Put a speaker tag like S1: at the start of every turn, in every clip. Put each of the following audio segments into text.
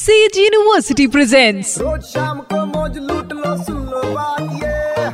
S1: Says University presents
S2: रोज शाम को मौज लूट लो सुन लो बात ये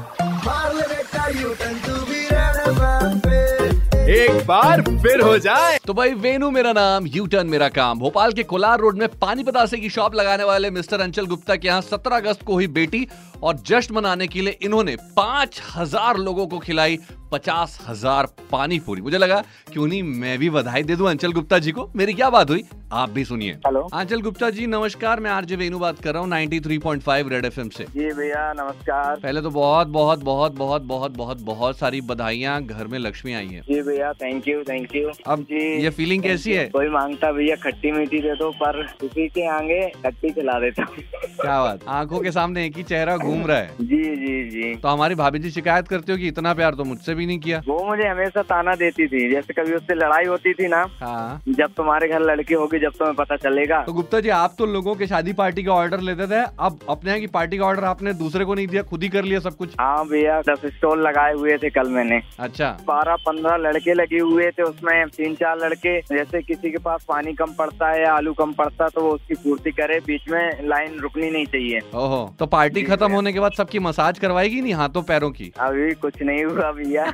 S2: मार ले बेटा यू टर्न तू भी रेड एफएम पे
S3: एक बार फिर हो जाए तो भाई वेनु मेरा नाम यू टर्न मेरा काम भोपाल के कोलार रोड में पानी पतासे की शॉप लगाने वाले मिस्टर अंचल गुप्ता के यहाँ 17 अगस्त को हुई बेटी और जश्न मनाने के लिए इन्होंने 5000 लोगों को खिलाई पचास हजार पानी पूरी मुझे लगा क्यों नहीं मैं भी बधाई दे दूं अंचल गुप्ता जी को मेरी क्या बात हुई आप भी सुनिए
S4: हेलो।
S3: अंचल गुप्ता जी नमस्कार मैं आरजे वेनु बात कर रहा हूँ 93.5 रेड एफएम से
S4: जी भैया नमस्कार
S3: पहले तो बहुत बहुत बहुत बहुत बहुत बहुत बहुत सारी बधाइयां घर में लक्ष्मी आई हैं
S4: जी भैया थैंक यू थैंक यू
S3: अब
S4: जी
S3: ये फीलिंग कैसी है
S4: कोई मांगता भैया खट्टी मीठी दे दो पर किसी के आगे खट्टी चला देता
S3: क्या बात आंखों के सामने एक ही चेहरा घूम रहा है
S4: जी जी जी
S3: तो हमारी भाभी जी शिकायत करते हो कि इतना प्यार तो मुझसे भी नहीं किया
S4: वो मुझे हमेशा ताना देती थी जैसे कभी उससे लड़ाई होती थी ना
S3: हाँ
S4: जब तुम्हारे घर लड़की होगी जब तुम्हें पता चलेगा
S3: तो गुप्ता जी आप तो लोगों के शादी पार्टी का ऑर्डर लेते थे अब अपने यहाँ की पार्टी का ऑर्डर आपने दूसरे को नहीं दिया खुद ही कर लिया सब कुछ
S4: हाँ भैया दस स्टॉल लगाए हुए थे कल मैंने
S3: अच्छा
S4: बारह पंद्रह लड़के लगे हुए थे उसमें तीन चार लड़के जैसे किसी के पास पानी कम पड़ता है या आलू कम पड़ता है तो वो उसकी पूर्ति करे बीच में लाइन रुकनी नहीं चाहिए
S3: ओहो तो पार्टी खत्म होने के बाद सबकी मसाज करवाएगी नहीं हाथों पैरों की
S4: अभी कुछ नहीं हुआ भैया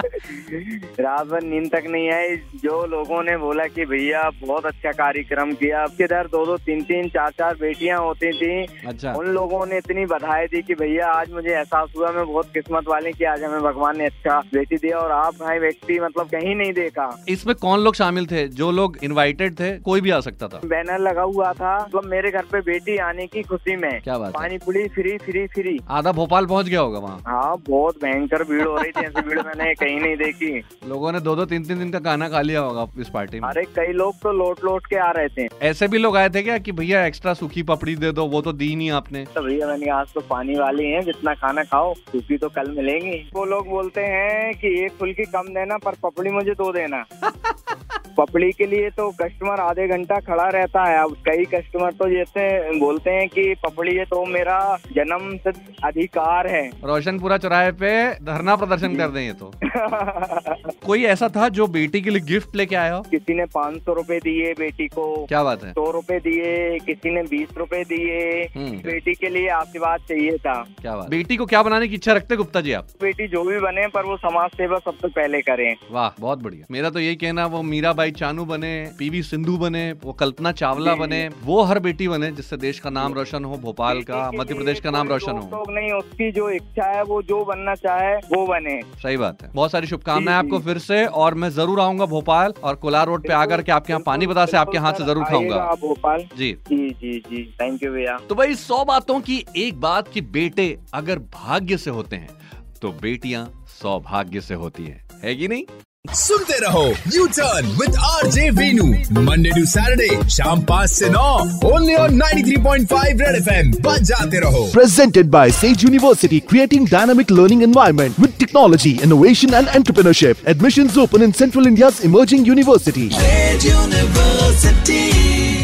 S4: रात भर नींद तक नहीं आई जो लोगों ने बोला कि भैया बहुत अच्छा कार्यक्रम किया आपके इधर दो दो तीन तीन चार चार बेटियां होती थी
S3: अच्छा
S4: उन लोगों ने इतनी बधाई दी कि भैया आज मुझे एहसास हुआ मैं बहुत किस्मत वाले कि आज हमें भगवान ने अच्छा बेटी दिया और आप भाई व्यक्ति मतलब कहीं नहीं देखा
S3: इसमें कौन लोग शामिल थे जो लोग इनवाइटेड थे कोई भी आ सकता था
S4: बैनर लगा हुआ था मतलब मेरे घर पे बेटी आने की खुशी में
S3: क्या बात है।
S4: Pani puri free free free
S3: आधा भोपाल पहुंच गया होगा वहाँ
S4: हाँ बहुत भयंकर भीड़ हो रही थी ऐसी भीड़ मैंने कहीं नहीं देखी
S3: लोगों ने दो दो तीन तीन दिन का खाना खा लिया होगा इस पार्टी में
S4: अरे कई लोग तो लौट लौट के आ रहे थे
S3: ऐसे भी लोग आए थे क्या कि भैया एक्स्ट्रा सूखी पपड़ी दे दो वो तो दी नहीं आपने
S4: तो भैया मैंने कहा, आज तो पानी वाली हैं जितना खाना खाओ क्योंकि तो कल मिलेंगी वो लोग बोलते हैं कि एक फुल्की कम देना पर पपड़ी मुझे दो देना पपड़ी के लिए तो कस्टमर आधे घंटा खड़ा रहता है अब कई कस्टमर तो जैसे बोलते हैं कि पपड़ी ये तो मेरा जन्म सिद्ध अधिकार है
S3: रोशनपुरा चौराहे पे धरना प्रदर्शन कर दें ये तो कोई ऐसा था जो बेटी के लिए गिफ्ट लेके आया हो
S4: किसी ने पाँच सौ रूपए दिए बेटी को
S3: क्या बात है
S4: सौ रुपए दिए किसी ने बीस रुपए दिए
S3: हम्म।
S4: बेटी के लिए आशीर्वाद चाहिए था
S3: क्या बात बेटी को क्या बनाने की इच्छा रखते हैं गुप्ता जी आप
S4: बेटी जो भी बने पर वो समाज सेवा सबसे पहले करें
S3: वाह बहुत बढ़िया मेरा तो यही कहना वो मीराबाई चानू बने पीवी सिंधु बने वो कल्पना चावला बने वो हर बेटी बने जिससे देश का नाम रोशन हो भोपाल का
S4: बेटी के
S3: मध्य
S4: लिए
S3: प्रदेश का नाम
S4: कोई
S3: रोशन हो
S4: रोक-टोक नहीं उसकी जो इच्छा है वो जो बनना चाहे वो बने
S3: सही बात है बहुत सारी शुभकामनाएं
S4: जी,
S3: आपको फिर से और मैं जरूर आऊंगा भोपाल और कोलार रोड पे आकर के आपके यहाँ पानी बता से आपके हाथ से जरूर
S4: बिल्कुल सर,
S3: खाऊंगा
S4: आइएगा आप भोपाल
S3: जी
S4: जी जी जी थैंक यू भैया
S3: तो भाई सौ बातों की एक बात कि बेटे अगर भाग्य से होते हैं तो बेटियां सौभाग्य से होती हैं है कि नहीं
S2: सुनते रहो U turn with RJ Venu Monday to Saturday शाम 5 से 9 ओनली ऑन 93.5 रेड एफएम बज जाते रहो
S5: presented by Sage University, creating dynamic learning environment with technology, innovation, and entrepreneurship. Admissions open in Central India's emerging university.
S2: Red university